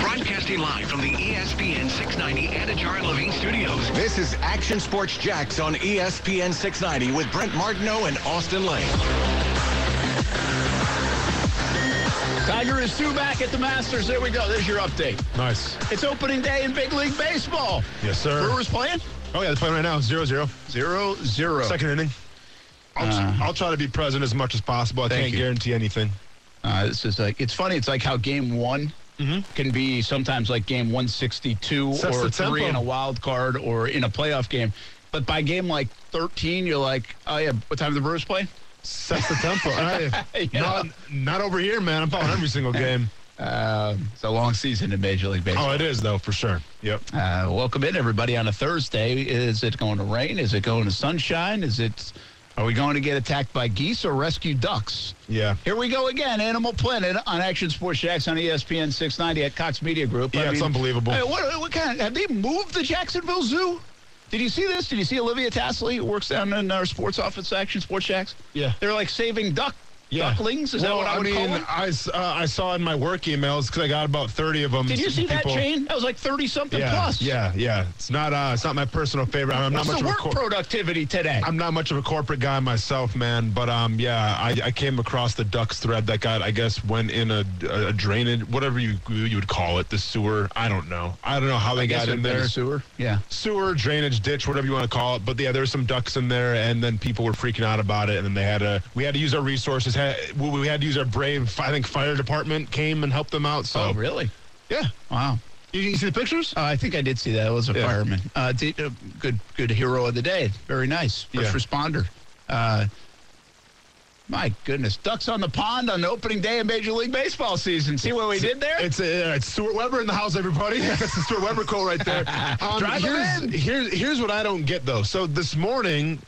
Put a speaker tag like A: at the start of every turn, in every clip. A: Broadcasting live from the E ESPN 690 Anajar Living Studios.
B: This is Action Sports Jacks on E ESPN 690 with Brent Martineau and Austin Lane.
C: Tiger is two back at the Masters. There we go. There's your update.
D: Nice.
C: It's opening day in Big League Baseball.
D: Yes, sir.
C: Brewers playing?
D: Oh, yeah, they're playing right now. 0 0.
C: Zero zero.
D: Second inning. Oh. I'll,
C: Uh.
D: I'll try to be present as much as possible. I
C: Thank
D: can't
C: you.
D: guarantee anything.
C: Uh, this is like it's funny. It's like how game one can be sometimes like game 162
D: Mm-hmm. Sets
C: or
D: the
C: three
D: tempo.
C: in a wild card or in a playoff game, but by game like 13, you're like, oh yeah, what time do the Brewers play?
D: Sets the tempo. I-
C: Yeah.
D: not, not over here, man. I'm following every single game.
C: Uh, it's a long season in Major League Baseball.
D: Oh, it is, though, for sure. Yep.
C: Uh, welcome in everybody on a Thursday. Is it going to rain? Is it going to sunshine? Is it? Are we going to get attacked by geese or rescue ducks?
D: Yeah.
C: Here we go again, Animal Planet on Action Sports Jacks on E ESPN 690 at Cox Media Group.
D: Yeah, it's unbelievable.
C: hey, what, what kind? Have they moved the Jacksonville Zoo? Did you see this? Did you see Olivia Tasley who works down in our sports office, Action Sports Jacks?
D: Yeah.
C: they're like saving duck
D: Yeah.
C: ducklings. Is that
D: well,
C: what I would
D: mean,
C: call them?
D: I, s- uh, I saw in my work emails because I got about 30 of them.
C: Did you
D: Some
C: see that,
D: people-
C: Jane? That was like thirty something
D: Yeah,
C: plus.
D: yeah, yeah. It's not uh, it's not my personal favorite. I'm
C: What's
D: not much
C: the
D: of a
C: work
D: cor-
C: productivity today?
D: I'm not much of a corporate guy myself, man, but um, yeah, I, I came across the ducks thread that got, I guess, went in a, a drainage, whatever you you would call it, the sewer. I don't know. I don't know how they got in there.
C: sewer. Yeah.
D: Sewer, drainage, ditch, whatever you want to call it. But yeah, there were some ducks in there, and then people were freaking out about it, and then they had to, we had to use our resources. Had, we we had to use our brave, I think, fire department came and helped them out. So
C: Oh, really?
D: yeah,
C: Wow.
D: you, you see the pictures?
C: Uh, I think I did see that. It was a
D: Yeah.
C: fireman. Uh, did, uh, good, good hero of the day. Very nice. First
D: Yeah.
C: responder. Uh, my goodness, ducks on the pond on the opening day of Major League Baseball season. See what we did there?
D: It's, uh, it's Stuart Weber in the house, everybody. That's the Stuart Weber quote right there. Um,
C: Drive 'em
D: here's,
C: in.
D: here's, here's what I don't get, though. So this morning,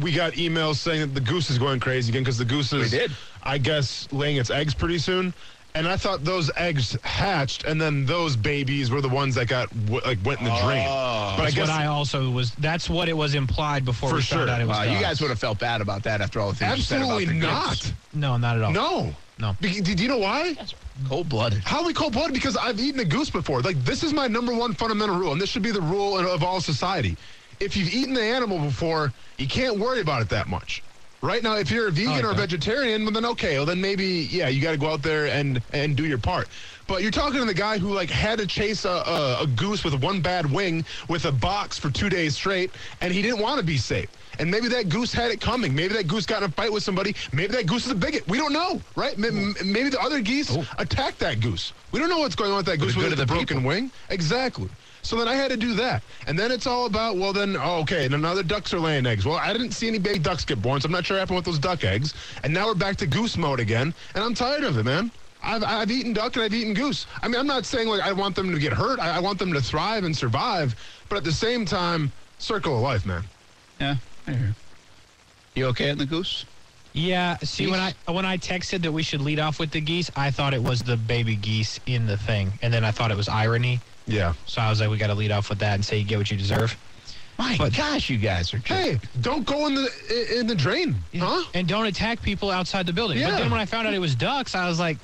D: we got emails saying that the goose is going crazy again because the goose is,
C: We did.
D: I guess, laying its eggs pretty soon. And I thought those eggs hatched, and then those babies were the ones that got w- like went in the drain.
C: Oh.
D: but I
E: That's
D: guess
E: what I also was. That's what it was implied before
D: For
E: we
D: sure. Uh,
E: found out it was.
C: Wow, you
E: dogs.
C: guys would have felt bad about that after all the things
D: absolutely
C: you said about the
D: not.
C: kids.
E: No, not at all.
D: No,
E: No.
D: Be- do you know why?
C: Cold blooded.
D: How we cold blooded? Because I've eaten a goose before. Like this is my number one fundamental rule, and this should be the rule in- of all society. If you've eaten the animal before, you can't worry about it that much. Right now, if you're a vegan
E: like
D: or a
E: that.
D: vegetarian, well, then okay, well, then maybe yeah, you got to go out there and and do your part. But you're talking to the guy who like had to chase a, a, a goose with one bad wing with a box for two days straight, and he didn't want to be safe. And maybe that goose had it coming. Maybe that goose got in a fight with somebody. Maybe that goose is a bigot. We don't know, right? M- m- Maybe the other geese attacked that goose. We don't know what's going on with that goose
C: good
D: with
C: of
D: the
C: the
D: broken wing. Exactly. So then I had to do that. And then it's all about, well, then, oh, okay, and another ducks are laying eggs. Well, I didn't see any baby ducks get born, so I'm not sure what happened with those duck eggs. And now we're back to goose mode again, and I'm tired of it, man. I've, I've eaten duck and I've eaten goose. I mean, I'm not saying like I want them to get hurt. I, I want them to thrive and survive. But at the same time, circle of life, man.
C: Yeah. I hear. You okay on the goose?
E: Yeah. See, when I when I texted that we should lead off with the geese, I thought it was the baby geese in the thing, and then I thought it was irony.
D: Yeah.
E: So I was like, we got to lead off with that and say you get what you deserve.
C: My gosh, you guys are just.
D: Hey, don't go in the i- in the drain, huh?
E: And don't attack people outside the building.
D: Yeah.
E: But then when I found out it was ducks, I was like,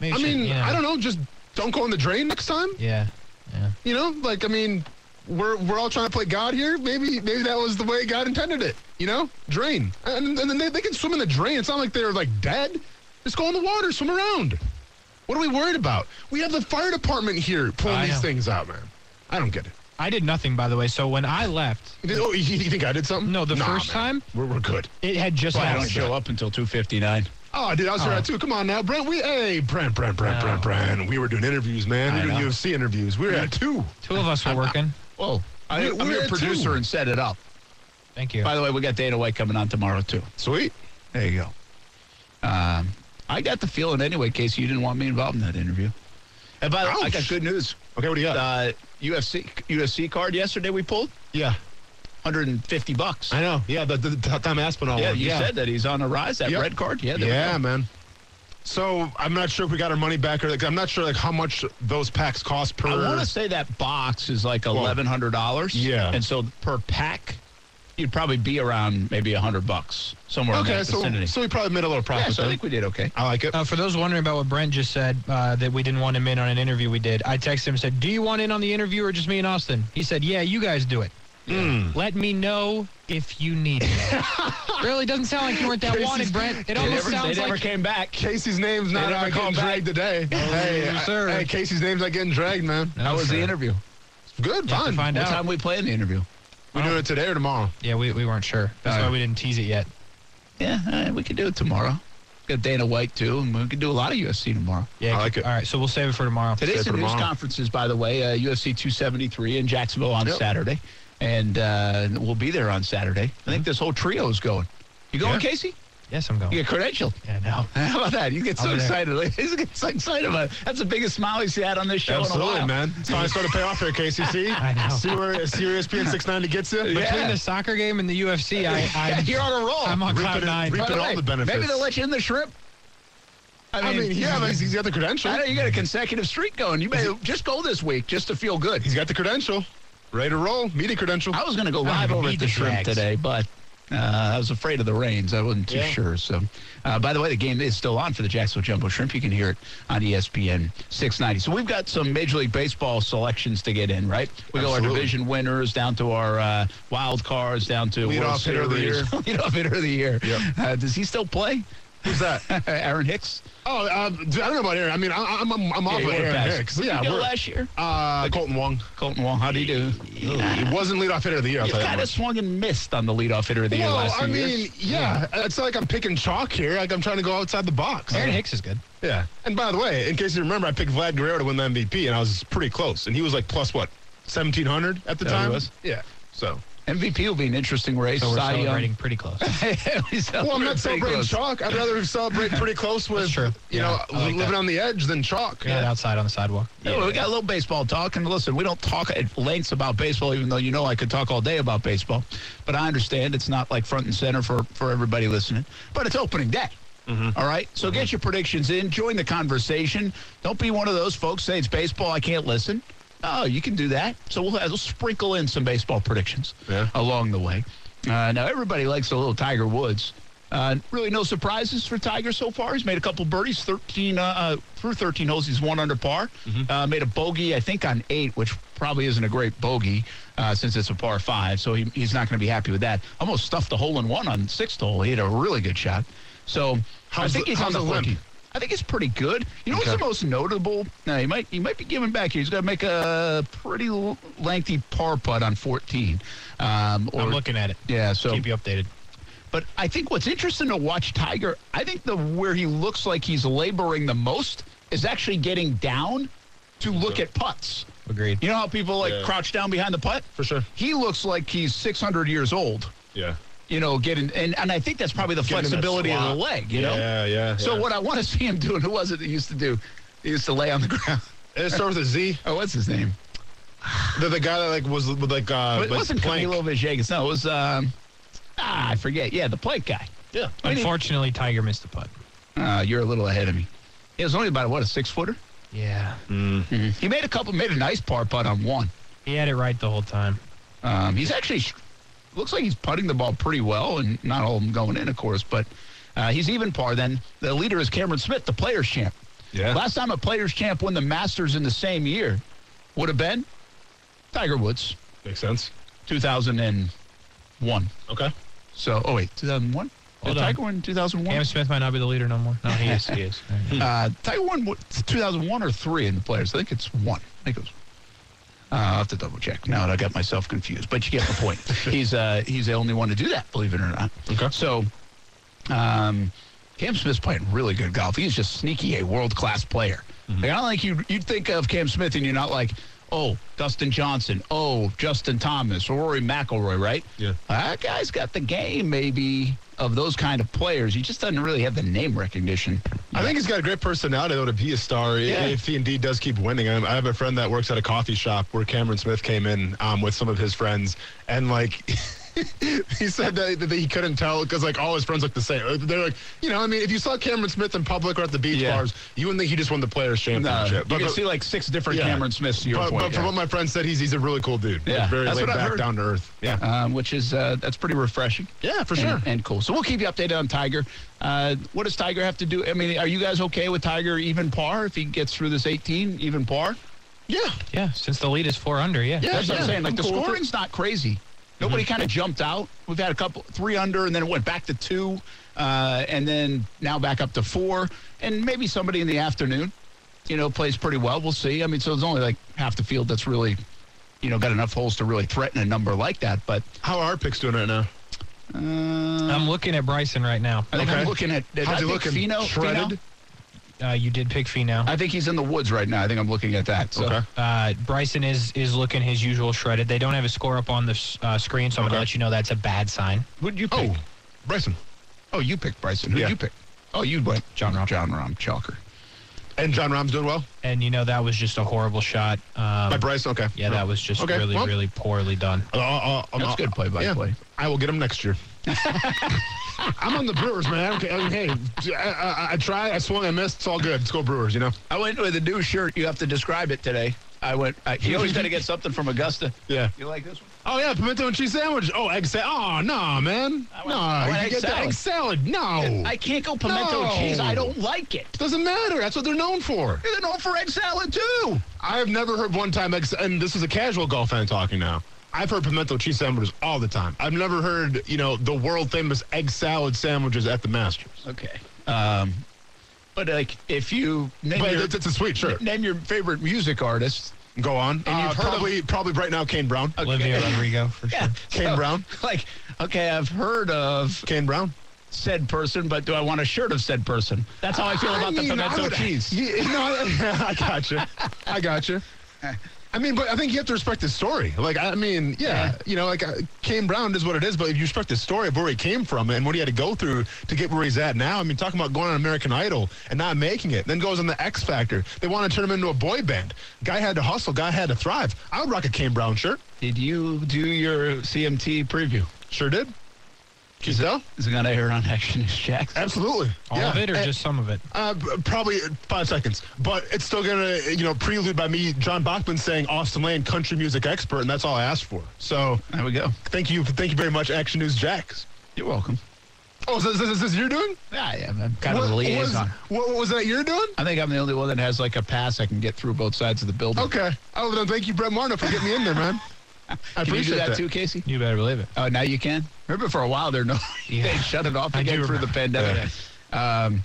E: maybe.
D: I
E: should-
D: mean,
E: you know.
D: I don't know. Just don't go in the drain next time.
E: Yeah. Yeah.
D: You know, like I mean, we're we're all trying to play God here. Maybe maybe that was the way God intended it. You know, drain, and, and then they, they can swim in the drain. It's not like they're like dead. Just go in the water, swim around. What are we worried about? We have the fire department here pulling
E: I
D: these
E: know.
D: things out, man. I don't get it.
E: I did nothing, by the way. So when I left,
D: You think- Oh, you you think I did something?
E: No, the
D: Nah,
E: first
D: man.
E: time-
D: we're, we're good.
E: it had just
C: I
E: happened.
C: don't show up until 2:59.
D: Oh, dude, I was there
E: Oh.
D: at too. Come on now, Brent. We hey, Brent, Brent, Brent, Brent,
E: No.
D: Brent. We were doing interviews, man. We
C: I
D: were doing
C: know.
D: UFC interviews. We were at two.
E: Two of us were working.
C: Whoa. I,
D: We're-
C: am
D: we're
C: your
D: at two.
C: producer and set it up.
E: Thank you.
C: By the way, we got Dana White coming on tomorrow too.
D: Sweet.
C: There you go. Um, I got the feeling anyway, Casey, you didn't want me involved in that interview. And by the way, I got
D: Ouch.
C: good news.
D: Okay, what do you got?
C: Uh, UFC UFC card yesterday we pulled
D: yeah,
C: 150 bucks.
D: I know. Yeah, the, the, the Tom Aspinall.
C: Yeah,
D: one.
C: you said that he's on the rise. That
D: Yep.
C: red card. Yeah, there we
D: Yeah,
C: go.
D: man. So I'm not sure if we got our money back or like, I'm not sure like how much those packs cost per.
C: I want to say that box is like
D: Well,
C: $1,100.
D: yeah.
C: and so per pack, you'd probably be around maybe a hundred bucks somewhere in
D: Okay,
C: that
D: so
C: vicinity.
D: so we probably made a little
C: yeah,
D: profit.
C: so I
D: then.
C: think we did okay.
D: I like it.
E: Uh, for those wondering about what Brent just said, uh, that we didn't want him in on an interview we did, I texted him and said, Do you want in on the interview or just me and Austin? He said, Yeah, you guys do it.
D: Mm.
E: Let me know if you need me. really doesn't sound like you weren't that
D: Casey's-
E: wanted, Brent.
C: They
E: It almost
C: never, they
E: sounds
C: never
E: like.
C: came back.
D: Casey's name's not
C: They never
D: uh,
C: call
D: getting
C: back.
D: dragged today.
C: Oh,
D: hey, I-
E: sir.
D: hey, Casey's name's not getting dragged, man.
E: No,
C: How was the
E: sir.
C: interview?
D: Good,
E: You have to
D: fun.
E: find
C: What
E: out.
C: time we playing the interview?
D: We're doing it today or tomorrow.
E: Yeah, we, we weren't sure. That's
C: All
E: why
C: right.
E: we didn't tease it yet.
C: Yeah, all right, we could do it tomorrow. Got Dana White too, and we could do a lot of USC tomorrow.
E: Yeah,
D: I like it.
E: All right, so we'll save it for tomorrow.
C: Today's
D: Save
C: the
D: for
C: news
D: tomorrow.
C: conferences, by the way, uh, UFC 273 in Jacksonville on
D: Yep.
C: Saturday, and uh, we'll be there on Saturday. I think this whole trio is going. You going,
D: Mm-hmm. Yeah.
C: Casey?
E: Yes, I'm going.
C: You get credentialed.
E: Yeah, no.
C: How about that? You get so
E: I'll be there.
C: excited. Like, He gets so excited about it. That's the biggest smile he's had on this show in a
D: Absolutely,
C: while.
D: man. It's finally starting to pay off here, Casey. See,
E: I know.
D: See where, see where E ESPN 690 gets you?
C: Yeah.
E: Between the soccer game and the UFC, I, I'm,
C: You're on a roll.
E: I'm on
D: Rip
E: cloud
D: Oh, it-
E: nine.
D: rip
C: By
D: it
C: the
D: all
C: way,
D: the benefits.
C: Maybe they'll let you in the shrimp.
D: I mean, yeah, but he's, he's got the credential.
C: I know you got a consecutive streak going. You
D: Mm-hmm.
C: may just go this week just to feel good.
D: He's got the credential. Ready to roll. Media credential.
C: I was going to go live over at
E: need
C: the
E: the
C: shrimp
E: Jags.
C: today, but uh, I was afraid of the rains. I wasn't too sure. So, uh, by the way, the game is still on for the Jacksonville Jumbo Shrimp. You can hear it on E ESPN 690. So we've got some Major League Baseball selections to get in, right? We go our
D: Absolutely.
C: division winners down to our uh, wild cards down to
D: Lead
C: World
D: off hitter of the
C: Series. Lead off hitter of the year.
D: Yep.
C: Uh, does he still play?
D: Who's that?
C: Aaron Hicks.
D: Oh, uh, dude, I don't know about Aaron. I mean, I, I'm, I'm, I'm off
C: you
D: of
C: went
D: Aaron
C: past.
D: Hicks.
C: Who'd
D: Yeah,
C: you go
D: we're-
C: last year.
D: uh, Colton Wong.
C: Colton Wong, how do you do?
D: He wasn't leadoff hitter of the year. I'll
C: You
D: tell you that
C: kind of
D: much.
C: swung and missed on the leadoff hitter of the year
D: Well,
C: last
D: I
C: year.
D: mean, yeah, it's not like I'm picking chalk here. Like I'm trying to go outside the box.
E: Aaron Hicks is good.
D: Yeah. And by the way, in case you remember, I picked Vlad Guerrero to win the MVP, and I was pretty close. And he was like plus what, seventeen hundred at the
C: Oh, he
D: time.
C: was?
D: Yeah. So.
C: MVP will be an interesting race.
E: So we're
C: Cy Young.
E: celebrating pretty close.
C: We celebrate
D: Well, I'm not
C: pretty
D: celebrating
C: close.
D: chalk. I'd rather celebrate pretty close with,
E: true.
D: you
E: Yeah,
D: know,
E: I like
D: living
E: that.
D: on the edge than chalk.
E: Not outside on the sidewalk.
C: Anyway, we got a little baseball talk, and listen, we don't talk at lengths about baseball, even though you know I could talk all day about baseball. But I understand it's not like front and center for for everybody listening. But it's opening day.
E: Mm-hmm.
C: All right, so get your predictions in. Join the conversation. Don't be one of those folks saying it's baseball. I can't listen. Oh, you can do that. So we'll, uh, we'll sprinkle in some baseball predictions
D: Yeah.
C: along the way. Uh, now everybody likes a little Tiger Woods. Uh, really, no surprises for Tiger so far. He's made a couple birdies, thirteen uh, uh, through thirteen holes. He's one under par.
D: Mm-hmm.
C: Uh, made a bogey, I think, on eight, which probably isn't a great bogey uh, since it's a par five. So he, he's not going to be happy with that. Almost stuffed the hole in one on sixth hole. He had a really good shot. So
D: How's
C: I think
D: the-
C: he's on
D: how's
C: the
D: the limp?
C: limp. I think it's pretty good. You know what's
D: Okay.
C: the most notable? Now he might he might be giving back here. He's going to make a pretty l- lengthy par putt on 14. Um, or,
E: I'm looking at it.
C: Yeah. So,
E: Keep you updated.
C: but I think what's interesting to watch Tiger. I think the where he looks like he's laboring the most is actually getting down to look at putts.
E: Agreed.
C: You know how people like
D: Yeah.
C: crouch down behind the putt?
D: For sure.
C: He looks like he's 600 years old.
D: Yeah.
C: You know, getting and, and I think that's probably the
D: Getting in that
C: flexibility of the
D: slot.
C: leg. You know.
D: Yeah, yeah.
C: So
D: yeah.
C: what I want to see him do, and who was it that used to do? He used to lay on the ground.
D: It starts with a Z.
C: Oh, what's his name?
D: The, the guy that like was with like uh
C: But it
D: like
C: wasn't
D: plank.
C: Camilo Villegas. No, it was um, ah, I forget. Yeah, the plank guy.
D: Yeah.
C: I mean,
E: Unfortunately, Tiger missed the putt.
C: uh, you're a little ahead of me. It was only about what a six footer.
E: Yeah.
D: Hmm.
C: He made a couple, made a nice par putt on one.
E: He had it right the whole time.
C: Um, he's actually str- looks like he's putting the ball pretty well, and not all of them going in, of course. But uh, he's even par. Then the leader is Cameron Smith, the Players Champ.
D: Yeah.
C: Last time a Players Champ won the Masters in the same year would have been Tiger Woods,
D: Makes sense.
C: 2001.
D: Okay.
C: So, oh wait, 2001. Did
E: Hold on.
C: Oh, Tiger win 2001?
E: Cam Smith might not be the leader no more. No, he is. He is.
D: Hmm.
C: Uh, Tiger won what, 2001 or three in the Players. I think it's one. I think it was. Uh, I'll have to double check. Now that I got myself confused, but you get the point. he's uh, he's the only one to do that, believe it or not.
D: Okay.
C: So, um, Cam Smith's playing really good golf. He's just sneaky a world class player.
D: Mm-hmm.
C: Like, I don't think you you'd think of Cam Smith and you're not like, oh, Dustin Johnson, oh, Justin Thomas, or Rory McIlroy, right?
D: Yeah.
C: That guy's got the game maybe of those kind of players. He just doesn't really have the name recognition.
D: I think he's got a great personality though to be a star i-
C: Yeah.
D: if he indeed does keep winning. I, I have a friend that works at a coffee shop where Cameron Smith came in um, with some of his friends, and like he said that, that he couldn't tell because like all his friends look the same. Uh, They're like, you know, I mean, if you saw Cameron Smith in public or at the beach
C: Yeah.
D: bars, you wouldn't think he just won the Players
C: No,
D: Championship.
C: you can see like six different
D: uh, yeah.
C: Cameron Smiths. To your
D: but,
C: point,
D: but
C: yeah.
D: from what my friend said, he's he's a really cool dude.
C: Yeah,
D: Like, very
C: that's
D: laid
C: what I
D: back,
C: heard.
D: down to earth. Yeah,
C: um, which is uh, that's pretty refreshing.
D: yeah, for
C: and,
D: sure.
C: and cool. So we'll keep you updated on Tiger. Uh, what does Tiger have to do? I mean, are you guys okay with Tiger even par if he gets through this 18 even par?
D: yeah,
E: Yeah, since the lead is four under, yeah.
D: Yeah.
C: That's what I'm saying. Like
D: I'm
C: the
D: cool with it. Mm-hmm.
C: scoring's not crazy. Nobody kind of jumped out. We've had a couple three under, and then it went back to two, uh, and then now back up to four, and maybe somebody in the afternoon, you know, plays pretty well. We'll see. I mean, so there's only like half the field that's really, you know, got enough holes to really threaten a number like that. But uh,
D: How are our picks doing right now?
E: I'm looking at Bryson right now.
C: I think
D: Um, Okay.
C: I'm looking at. I
D: How's he
C: think
D: looking?
C: Fino,
D: Shredded?
C: Fino?
E: Uh, you did pick Fee now.
C: I think he's in the woods right now. I think I'm looking at that. So.
D: Okay.
E: Uh, Bryson is is looking his usual shredded. They don't have a score up on the s- uh, screen, so I'm
D: Okay.
E: gonna let you know that's a bad sign.
C: Who did you pick?
D: Oh,
C: Oh,
D: Bryson
C: you picked Bryson. Who
D: Yeah.
C: would you pick? Oh, you went
E: John Rahm.
C: John Rahm, chalker.
D: and John Rahm's doing well.
E: And you know that was just a horrible shot. Um,
D: By Bryson, okay.
E: yeah, that was just
D: Okay,
E: really
D: well-
E: really poorly done.
D: Uh, uh, uh,
C: That's
D: uh,
C: good play-by-play.
D: I will get him next year. I'm on the Brewers, man. Okay, I mean, hey, I, I, I try, I swung, I missed. It's all good. Let's go Brewers. You know.
C: I went with a new shirt. You have to describe it today. I went. I, you always got to get something from Augusta.
D: Yeah.
C: You like this one?
D: Oh yeah, pimento and cheese sandwich. Oh, egg salad. Oh no, man.
C: want-
D: No,
C: I want
D: you can
C: egg
D: get that
C: salad.
D: egg salad. No,
C: I can't go pimento
D: No.
C: cheese. I don't like it.
D: doesn't matter. That's what they're known for.
C: They're known for egg salad too.
D: I have never heard one time egg. sa- And this is a casual golf fan talking now. I've heard pimento cheese sandwiches all the time. I've never heard you know the world famous egg salad sandwiches at the Masters.
C: Okay. Um, but like, if you name
D: But
C: your
D: it's, it's a sweet shirt.
C: name your favorite music artist,
D: Go on.
C: And you've
D: Uh,
C: heard of-
D: probably probably right now Kane Brown.
E: Olivia Rodrigo for sure.
D: Kane Brown.
C: Like, okay, I've heard of
D: Kane Brown.
C: said person, but do I want a shirt of said person? That's how I feel about the
D: mean, I
C: pimento
D: would-
C: cheese.
D: Yeah, no, I, I got you. I got you. I mean, but I think you have to respect his story. Like, I mean, yeah, you know, like uh, Kane Brown is what it is, but if you respect the story of where he came from and what he had to go through to get where he's at now. I mean, talking about going on American Idol and not making it, then goes on the X Factor. They want to turn him into a boy band. Guy had to hustle. Guy had to thrive. I would rock a Kane Brown shirt.
C: Did you do your CMT preview?
D: Sure did. Can you tell?
C: Is it gonna air on Action News Jacks?
D: Absolutely.
E: All
D: yeah.
E: of it or
D: And-
E: just some of it?
D: Uh, b- probably five seconds, but it's still gonna, you know, prelude by me, John Bachman saying Austin Lane, country music expert, and that's all I asked for. So
C: There we go.
D: thank you, thank you very much, Action News Jax.
C: You're welcome.
D: Oh, so is this, is this you're doing?
C: Yeah, yeah, I'm kind of a
D: What was-
C: liaison.
D: what, what was that you're doing?
C: I think I'm the only one that has like a pass I can get through both sides of the building.
D: Okay. Oh, then thank you, Brett Marno, for getting me in there, man. I
C: Can you do
D: appreciate
C: that, too, Casey?
E: You better believe it.
C: Oh, now you can. Remember, for a while there, no, they
E: Yeah.
C: shut it off
E: I
C: again
E: do
C: through the pandemic. Um,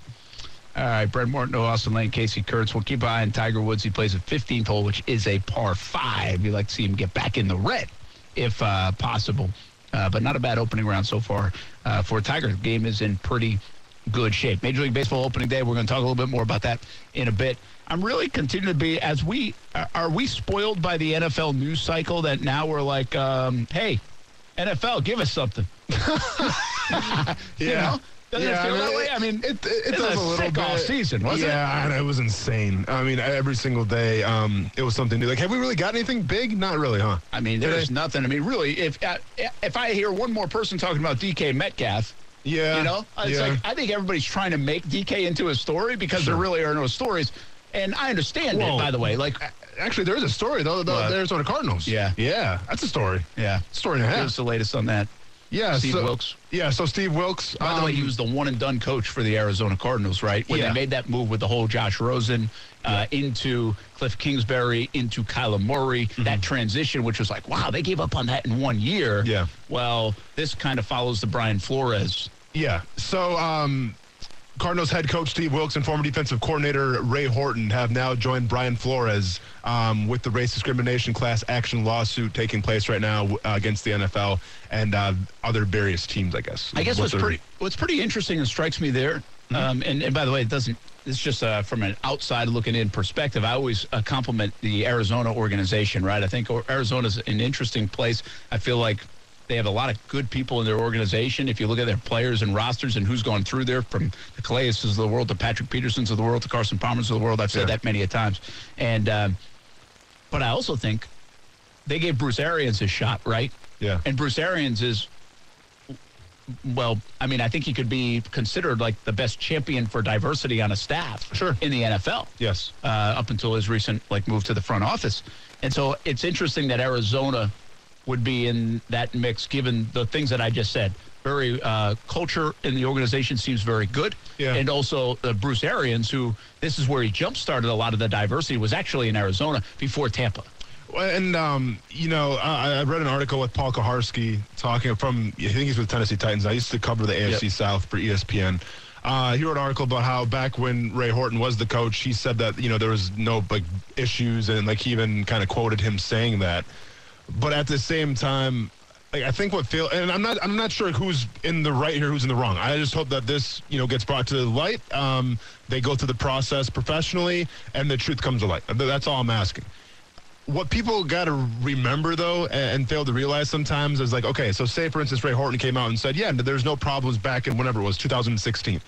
C: all right, Brent Morton, Austin Lane, Casey Kurtz. We'll keep an eye on Tiger Woods. He plays a 15th hole, which is a par five. We'd like to see him get back in the red, if uh, possible. Uh, but not a bad opening round so far uh, for Tiger. The game is in pretty good shape. Major League Baseball opening day. We're going to talk a little bit more about that in a bit. I'm really continuing to be as we are- are we spoiled by the NFL news cycle that now we're like, um, hey, NFL, give us something.
D: Yeah.
C: you know? Doesn't it feel that way? I mean,
D: it, it,
C: it's
D: does
C: a
D: a little
C: sick
D: bit.
C: offseason, wasn't it?
D: yeah, and it was insane. I mean, every single day, um, it was something new. Like, have we really got anything big? Not really, huh?
C: I mean, there's nothing. I mean, really, if uh, if I hear one more person talking about DK Metcalf,
D: Yeah.
C: you know, it's
D: yeah.
C: like I think everybody's trying to make DK into a story because there really are no stories. And I understand
D: Whoa.
C: it, by the way. Like,
D: Actually, there is a story though. The,
C: What?
D: the Arizona Cardinals.
C: Yeah.
D: yeah, that's a story.
C: yeah,
D: Story and a half.
C: here's the latest on that.
D: yeah,
C: Steve
D: so,
C: Wilkes.
D: Yeah, so Steve Wilkes.
C: By the way,
D: um,
C: he was the one and done coach for the Arizona Cardinals, right? When
D: Yeah.
C: they made that move with the whole Josh Rosen uh, into Cliff Kingsbury, into Kyler Murray,
D: Mm-hmm.
C: that transition, which was like, wow, they gave up on that in one year.
D: Yeah.
C: Well, this kind of follows the Brian Flores.
D: Yeah. So, um, Cardinals head coach Steve Wilkes and former defensive coordinator Ray Horton have now joined Brian Flores um, with the race discrimination class action lawsuit taking place right now uh, against the NFL and uh, other various teams. I guess.
C: I guess
D: What
C: what's
D: they're-
C: pretty what's pretty interesting and strikes me there, um, and, and by the way, it doesn't. It's just uh, from an outside looking in perspective. I always uh, compliment the Arizona organization, right? I think or- Arizona's an interesting place. I feel like they have a lot of good people in their organization. If you look at their players and rosters and who's gone through there, from the Calais of the world to Patrick Petersons of the world to Carson Palmer's of the world, I've said
D: Yeah.
C: that many a times. And um, but I also think they gave Bruce Arians his shot, right?
D: Yeah.
C: And Bruce Arians is well, I mean, I think he could be considered like the best champion for diversity on a staff
D: Sure.
C: in the NFL.
D: Yes.
C: uh, up until his recent like move to the front office. And so it's interesting that Arizona would be in that mix, given the things that I just said. Very uh, culture in the organization seems very good,
D: Yeah.
C: and also uh, Bruce Arians, who this is where he jump started a lot of the diversity was actually in Arizona before Tampa.
D: And um, you know, I, I read an article with Paul Kaharski talking from I think he's with Tennessee Titans. I used to cover the AFC South for E ESPN. Uh, he wrote an article about how back when Ray Horton was the coach, he said that you know there was no like issues, and like he even kind of quoted him saying that. But at the same time, like I think what Phil and I'm not I'm not sure who's in the right here, who's in the wrong. I just hope that this you know gets brought to the light. Um, they go through the process professionally, and the truth comes to light. Th- That's all I'm asking what people got to remember though and, and fail to realize sometimes is like okay so say for instance ray horton came out and said yeah there's no problems back in whenever it was 2016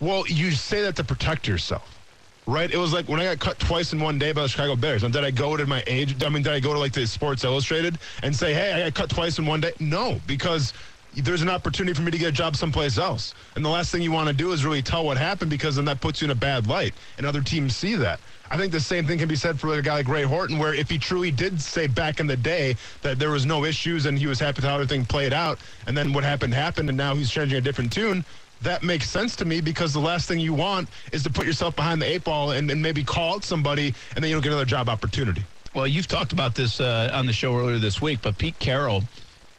D: well you say that to protect yourself right it was like when i got cut twice in one day by the chicago bears and did i go to my age i mean did i go to like the sports illustrated and say hey i got cut twice in one day no because there's an opportunity for me to get a job someplace else and the last thing you want to do is really tell what happened because then that puts you in a bad light and other teams see that I think the same thing can be said for a guy like Ray Horton, where if he truly did say back in the day that there was no issues and he was happy with how everything played out, and then what happened happened, and now he's changing a different tune. That makes sense to me because the last thing you want is to put yourself behind the eight ball and, and maybe call out somebody, and then you don't get another job opportunity.
C: Well, you've talked about this uh, on the show earlier this week, but Pete Carroll,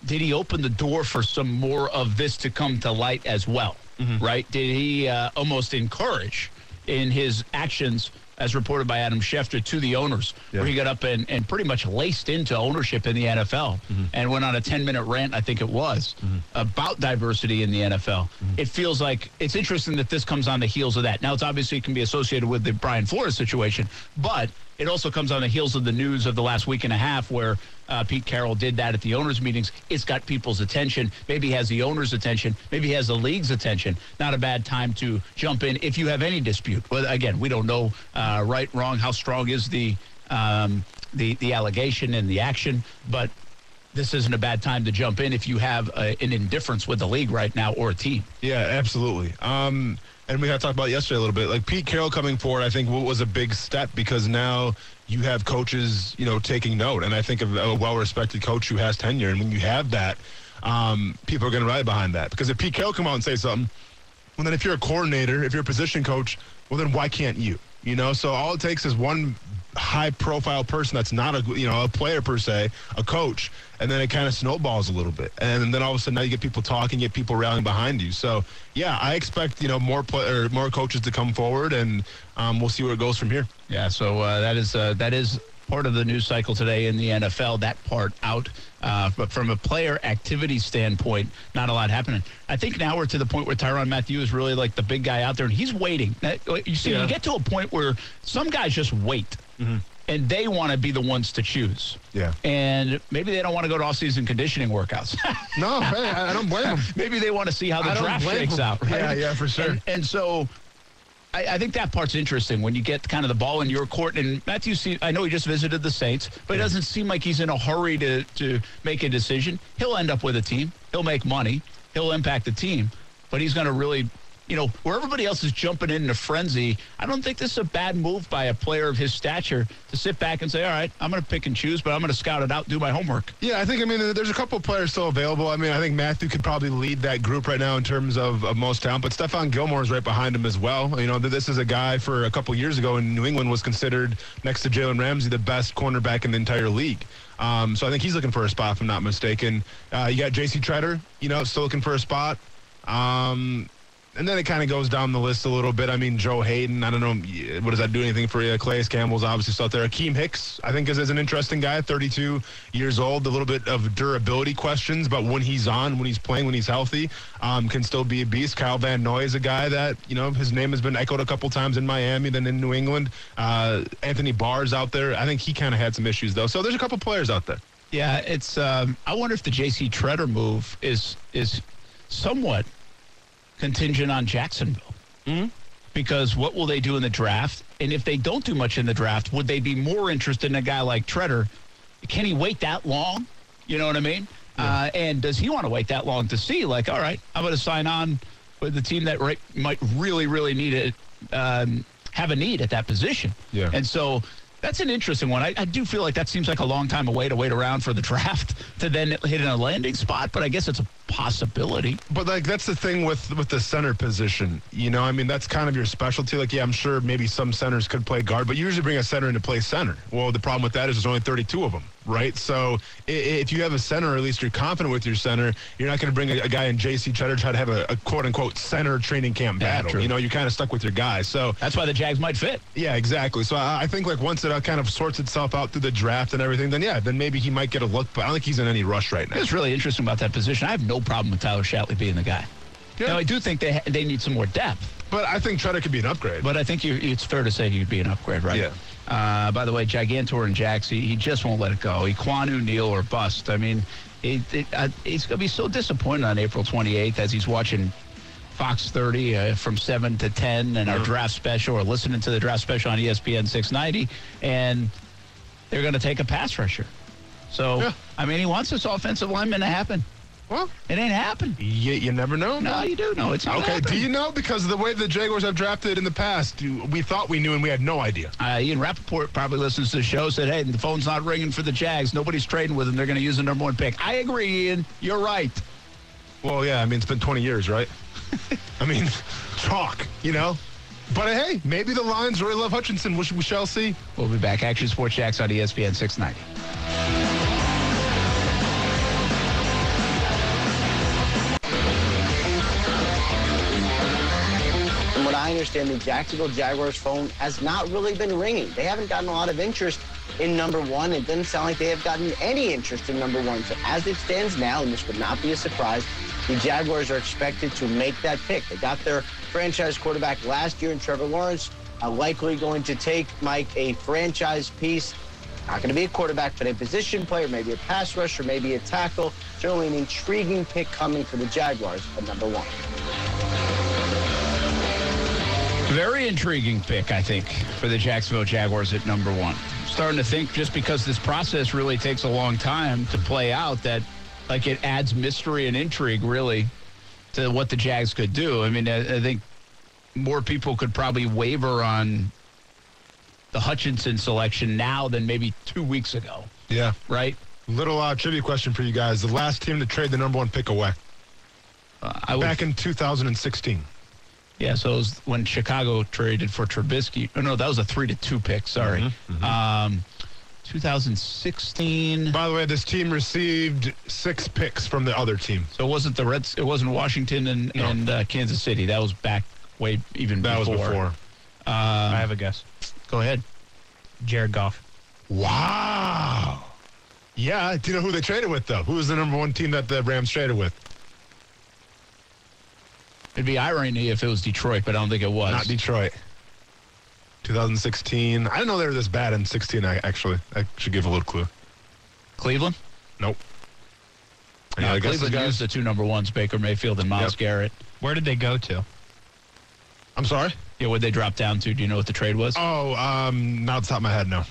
C: did he open the door for some more of this to come to light as well? Right? Did he uh, almost encourage in his actions, as reported by Adam Schefter, to the owners, where he got up and, and pretty much laced into ownership in the NFL and went on a 10 minute rant, I think it was, about diversity in the NFL? It feels like it's interesting that this comes on the heels of that. Now, it's obviously it can be associated with the Brian Flores situation, but it also comes on the heels of the news of the last week and a half where uh, Pete Carroll did that at the owners' meetings. It's got people's attention. Maybe has the owners' attention. Maybe has the league's attention. Not a bad time to jump in if you have any dispute. But again, we don't know uh, right, wrong, how strong is the um, the the allegation and the action. But this isn't a bad time to jump in if you have uh an indifference with the league right now or a team.
D: Yeah, absolutely. Um, and we got to talk about yesterday a little bit. Like Pete Carroll coming forward, I think wa- was a big step because now you have coaches, you know, taking note. And I think of a well-respected coach who has tenure. And when you have that, um, people are going to rally behind that. Because if Pete Carroll come out and say something, well, then if you're a coordinator, if you're a position coach, well, then why can't you? You know, so all it takes is one high-profile person that's not a you know a player per se, a coach, and then it kind of snowballs a little bit, and then all of a sudden now you get people talking, you get people rallying behind you. So yeah, I expect you know more pla or more coaches to come forward, and um, we'll see where it goes from here.
C: Yeah, so uh, that is uh, that is part of the news cycle today in the NFL. That part out, uh, but from a player activity standpoint, not a lot happening. I think now we're to the point where Tyron Matthew is really like the big guy out there, and he's waiting. That, you see,
D: Yeah. Mm-hmm.
C: you get to a point where some guys just wait. And they want to be the ones to choose.
D: Yeah.
C: And maybe they don't want to go to off-season conditioning workouts.
D: No, hey, I I don't blame him.
C: maybe they want to see how the
D: I don't
C: draft
D: blame
C: shakes
D: him.
C: out. Right?
D: Yeah, yeah, for sure.
C: And, and so I, I think that part's interesting when you get kind of the ball in your court. And Matthew, see, I know he just visited the Saints, but it doesn't seem like he's in a hurry to, to make a decision. He'll end up with a team. He'll make money. He'll impact the team. But he's going to really, you know, where everybody else is jumping in a frenzy, I don't think this is a bad move by a player of his stature to sit back and say, all right, I'm going to pick and choose, but I'm going to scout it out, do my homework.
D: Yeah, I think I mean there's a couple of players still available. I mean, I think Matthew could probably lead that group right now in terms of, of most talent, but Stefan Gilmore is right behind him as well. You know, th- this is a guy for a couple years ago in New England was considered next to Jalen Ramsey the best cornerback in the entire league. Um, so I think he's looking for a spot, if I'm not mistaken. Uh, you got J.C. Treader, you know, still looking for a spot. Um, and then it kind of goes down the list a little bit. I mean, Joe Hayden, I don't know, y- what does that do anything for you? Clayus Campbell's obviously still out there. Akeem Hicks, I think, is, is an interesting guy, 32 years old. A little bit of durability questions, but when he's on, when he's playing, when he's healthy, um, can still be a beast. Kyle Van Noy is a guy that, you know, his name has been echoed a couple times in Miami, then in New England. Uh, Anthony Barr's out there. I think he kind of had some issues, though. So there's a couple players out there.
C: Yeah, it's. Um, I wonder if the J.C. Treader move is is somewhat contingent on Jacksonville, because what will they do in the draft? And if they don't do much in the draft, would they be more interested in a guy like Treader? Can he wait that long? You know what I mean? Uh, and does he want to wait that long to see? Like, all right, I'm going to sign on with the team that right, might really, really need it, um, have a need at that position.
D: Yeah.
C: And so that's an interesting one. I, I do feel like that seems like a long time away to wait around for the draft to then hit in a landing spot, but I guess it's a possibility.
D: But like that's the thing with with the center position, you know. I mean, that's kind of your specialty. Like, yeah, I'm sure maybe some centers could play guard, but you usually bring a center in to play center. Well, the problem with that is there's only 32 of them, right? So i- i- if you have a center, or at least you're confident with your center, you're not going to bring a, a guy in J.C. Cheddar try to have a, a quote unquote center training camp
C: Yeah,
D: battle.
C: true.
D: you know, you're kind of stuck with your guy. So
C: That's why the Jags might fit.
D: yeah, exactly. So I, I think like once it uh, kind of sorts itself out through the draft and everything, then yeah, then maybe he might get a look. But I don't think he's in any rush right now.
C: It's really interesting about that position. I have no problem with Tyler Shatley being the guy. Now, I do think they ha- they need some more depth,
D: But I think Cheddar could be an upgrade.
C: but I think you, it's fair to say he'd be an upgrade, right?
D: Yeah.
C: Uh, by the way, Gigantor and Jax, he, he just won't let it go. He Kwanu, Neal, or bust. I mean, it, it, uh, he's going to be so disappointed on April 28th as he's watching Fox 30 uh, from 7 to 10 and our
D: Mm.
C: draft special or listening to the draft special on E ESPN 690, and they're going to take a pass rusher. So,
D: Yeah.
C: I mean, he wants this offensive lineman to happen.
D: well,
C: It ain't happened.
D: you, you never know.
C: No, you do know. It's not
D: Okay, do
C: happening.
D: you know because of the way the Jaguars have drafted in the past, you- we thought we knew and we had no idea.
C: Uh, Ian Rappaport probably listens to the show, said, hey, the phone's not ringing for the Jags. Nobody's trading with them. They're going to use the number one pick. I agree, Ian. You're right.
D: Well, yeah, I mean it's been 20 years, right? I mean, talk, you know. But uh, hey, maybe the Lions really love Hutchinson. We, sh- we shall see.
C: We'll be back. Action Sports Jacks on E ESPN 690.
F: From what I understand, the Jacksonville Jaguars phone has not really been ringing. They haven't gotten a lot of interest in number one. It doesn't sound like they have gotten any interest in number one. So as it stands now, and this would not be a surprise, the Jaguars are expected to make that pick. They got their franchise quarterback last year in Trevor Lawrence, uh, likely going to take, Mike, a franchise piece not going to be a quarterback, but a position player, maybe a pass rusher, maybe a tackle. Certainly an intriguing pick coming for the Jaguars at number one.
C: Very intriguing pick, I think, for the Jacksonville Jaguars at number one. Starting to think just because this process really takes a long time to play out, that like it adds mystery and intrigue really to what the Jags could do. I mean, I, I think more people could probably waver on the Hutchinson selection now than maybe two weeks ago,
D: Yeah.
C: right?
D: Little uh, trivia question for you guys: the last team to trade the number one pick away
C: Uh, I would,
D: back in 2016.
C: yeah. So it was when Chicago traded for Trubisky. Oh no, that was a three to two pick. Sorry.
D: Mm-hmm,
C: Um, 2016.
D: By the way, this team received six picks from the other team.
C: So it wasn't the Reds. It wasn't Washington and,
D: No.
C: and uh, Kansas City. That was back way even
D: That
C: before.
D: was before. Um,
E: I have a guess.
C: Go ahead.
E: Jared Goff.
D: Wow. Yeah. Do you know who they traded with though? Who was the number one team that the Rams traded with?
C: It'd be irony if it was Detroit, but I don't think it was.
D: Not Detroit. 2016. I didn't know they were this bad in 16. I actually, I should give a little clue.
C: Cleveland.
D: Nope.
C: No,
D: Yeah, I guess the
C: Cleveland
D: guys-
C: used the two number ones, Baker Mayfield and Miles
D: Yep.
C: Garrett.
E: Where did they go to?
D: I'm sorry.
C: Yeah, what they drop down to? Do you know what the trade was?
D: Oh, um, not off the top of my head. No.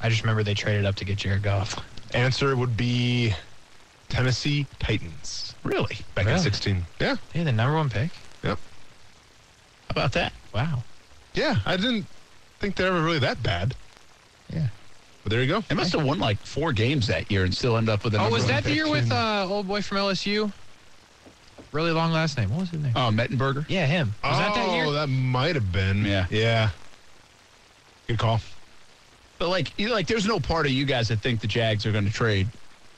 E: I just remember they traded up to get Jared Goff.
D: Answer would be Tennessee Titans
C: really?
D: back in
E: Really?
D: 16. Yeah.
E: They had the number one pick.
D: Yep.
C: How about that?
E: Wow.
D: Yeah. I didn't think they were really that bad.
E: Yeah.
D: But there you go.
C: They must have won like four games that year and still end up with a.
E: Oh,
C: number
E: was
C: one
E: that the
C: pick.
E: year with uh, old boy from LSU? Really long last name. What was his name?
C: Oh, Mettenberger.
E: yeah, him. Was
D: oh,
E: that that year?
D: that might have been.
C: Yeah.
D: Yeah. Good call.
C: But like, you like, there's no part of you guys that think the Jags are going to trade,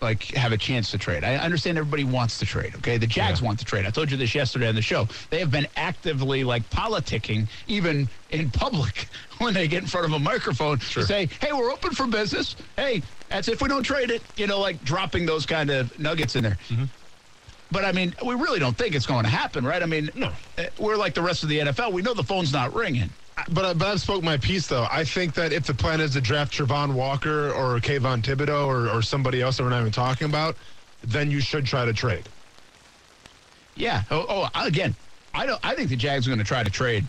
C: like, have a chance to trade. I understand everybody wants to trade. Okay, the Jags
D: Yeah.
C: want to trade. I told you this yesterday on the show. They have been actively like politicking, even in public, when they get in front of a microphone
D: Sure.
C: to say, "Hey, we're open for business. Hey, that's if we don't trade it." You know, like dropping those kind of nuggets in there.
D: Mm-hmm.
C: But I mean, we really don't think it's going to happen, right? I mean, no, we're like the rest of the NFL. We know the phone's not ringing.
D: But, I- but I've spoke my piece though. I think that if the plan is to draft Trevon Walker or Kayvon Thibodeau or, or somebody else that we're not even talking about, then you should try to trade.
C: Yeah. Oh, oh again, I don't. I think the Jags are going to try to trade,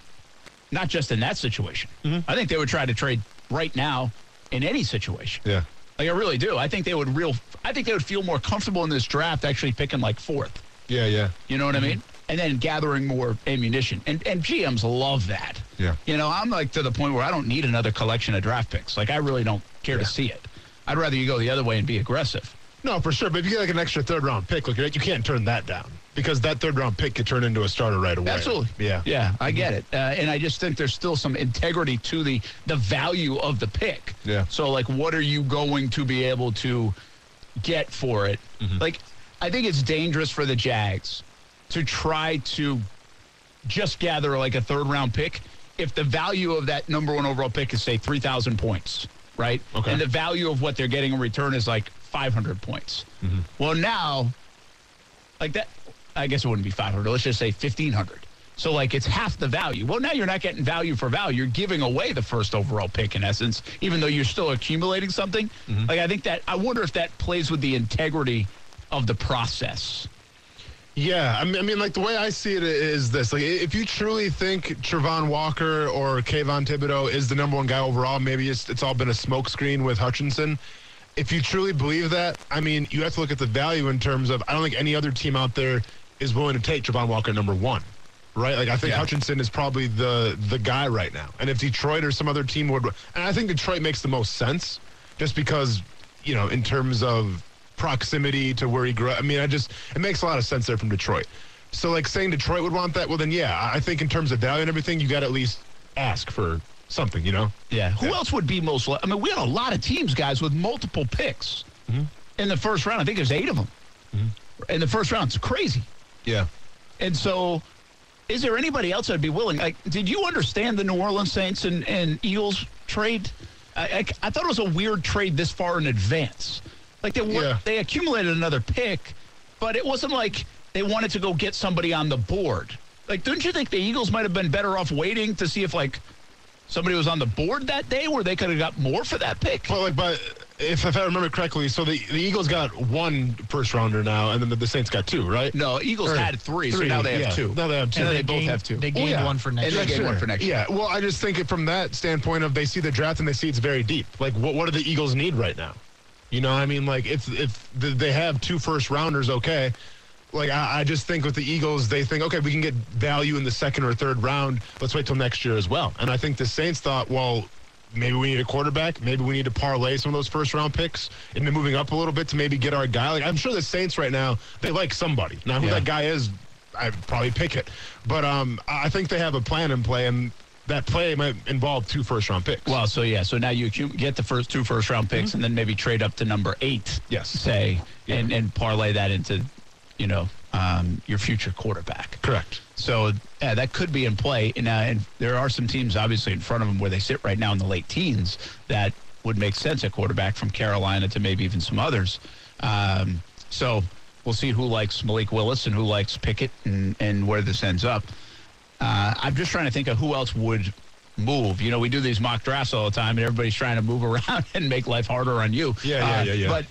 C: not just in that situation. I think they would try to trade right now in any situation.
D: Yeah.
C: Like I really do. I think they would real. I think they would feel more comfortable in this draft actually picking like fourth.
D: Yeah, yeah.
C: You know what I mean? And then gathering more ammunition. And and GMs love that.
D: Yeah.
C: You know, I'm like to the point where I don't need another collection of draft picks. Like I really don't care to see it. I'd rather you go the other way and be aggressive.
D: No, for sure. But if you get like an extra third round pick, like you can't turn that down because that third round pick could turn into a starter right away.
C: Absolutely.
D: Yeah. Mm-hmm.
C: Yeah, I get it. Uh, and I just think there's still some integrity to the the value of the pick.
D: Yeah.
C: So like what are you going to be able to get for it?
D: Mm-hmm.
C: Like I think it's dangerous for the Jags to try to just gather like a third round pick if the value of that number 1 overall pick is say 3000 points, right?
D: Okay.
C: And the value of what they're getting in return is like 500 points. Well, now like that i guess it wouldn't be 500 let's just say 1500 so like it's half the value well now you're not getting value for value you're giving away the first overall pick in essence even though you're still accumulating something like i think that i wonder if that plays with the integrity of the process
D: Yeah, I mean, I mean, like the way I see it is this: like, if you truly think Trevon Walker or Kayvon Thibodeau is the number one guy overall, maybe it's it's all been a smokescreen with Hutchinson. If you truly believe that, I mean, you have to look at the value in terms of. I don't think any other team out there is willing to take Trevon Walker number one, right? Like, I think Hutchinson is probably the the guy right now. And if Detroit or some other team would, and I think Detroit makes the most sense, just because you know, in terms of proximity to where he grew. I mean, I just it makes a lot of sense there from Detroit. So like saying Detroit would want that, well then yeah, I- I think in terms of value and everything, you got to at least ask for something, you know?
C: yeah who else would be most li- i mean we had a lot of teams guys with multiple picks in the first round i think there's eight of them in the first round it's crazy
D: Yeah.
C: And so, is there anybody else that'd be willing? Like, did you understand the New Orleans Saints and, and Eagles trade? I, I, I thought it was a weird trade this far in advance. Like they were,
D: Yeah.
C: they accumulated another pick, but it wasn't like they wanted to go get somebody on the board. Like, don't you think the Eagles might have been better off waiting to see if like somebody was on the board that day where they could have got more for that pick?
D: But like, but if, if I remember correctly, so the the Eagles got one first rounder now, and then the, the Saints got two, right?
C: no, Eagles
D: Or
C: had three, so
D: three,
C: now they have
D: yeah.
C: two.
D: Now they have two.
C: And
D: They
C: they, both
E: gained-
C: have two.
E: They
D: Oh,
E: gained
D: yeah.
E: one for next
C: And
E: year.
C: they gained one for next
D: Yeah, well, I just think it from that standpoint of they see the draft and they see it's very deep. Like, what what do the Eagles need right now? You know, I mean, like if if th- they have two first rounders, okay. Like I, I just think with the Eagles, they think okay, we can get value in the second or third round. Let's wait till next year as well. And I think the Saints thought, well, maybe we need a quarterback. Maybe we need to parlay some of those first round picks and then moving up a little bit to maybe get our guy. Like I'm sure the Saints right now, they like somebody. Now who that guy is, I probably pick it. But um, I I think they have a plan in play, and that play might involve two first round picks.
C: Well, so yeah, so now you accu- get the first two first round picks, and then maybe trade up to number eight.
D: Yes.
C: say and and parlay that into, you know, um, your future quarterback.
D: correct.
C: So yeah, that could be in play, and, uh, and there are some teams obviously in front of them where they sit right now in the late teens that would make sense at quarterback from Carolina to maybe even some others. Um, so we'll see who likes Malik Willis and who likes Pickett and, and where this ends up. Uh, I'm just trying to think of who else would move. You know, we do these mock drafts all the time, and everybody's trying to move around and make life harder on you. Uh,
D: Yeah, yeah, yeah, yeah.
C: But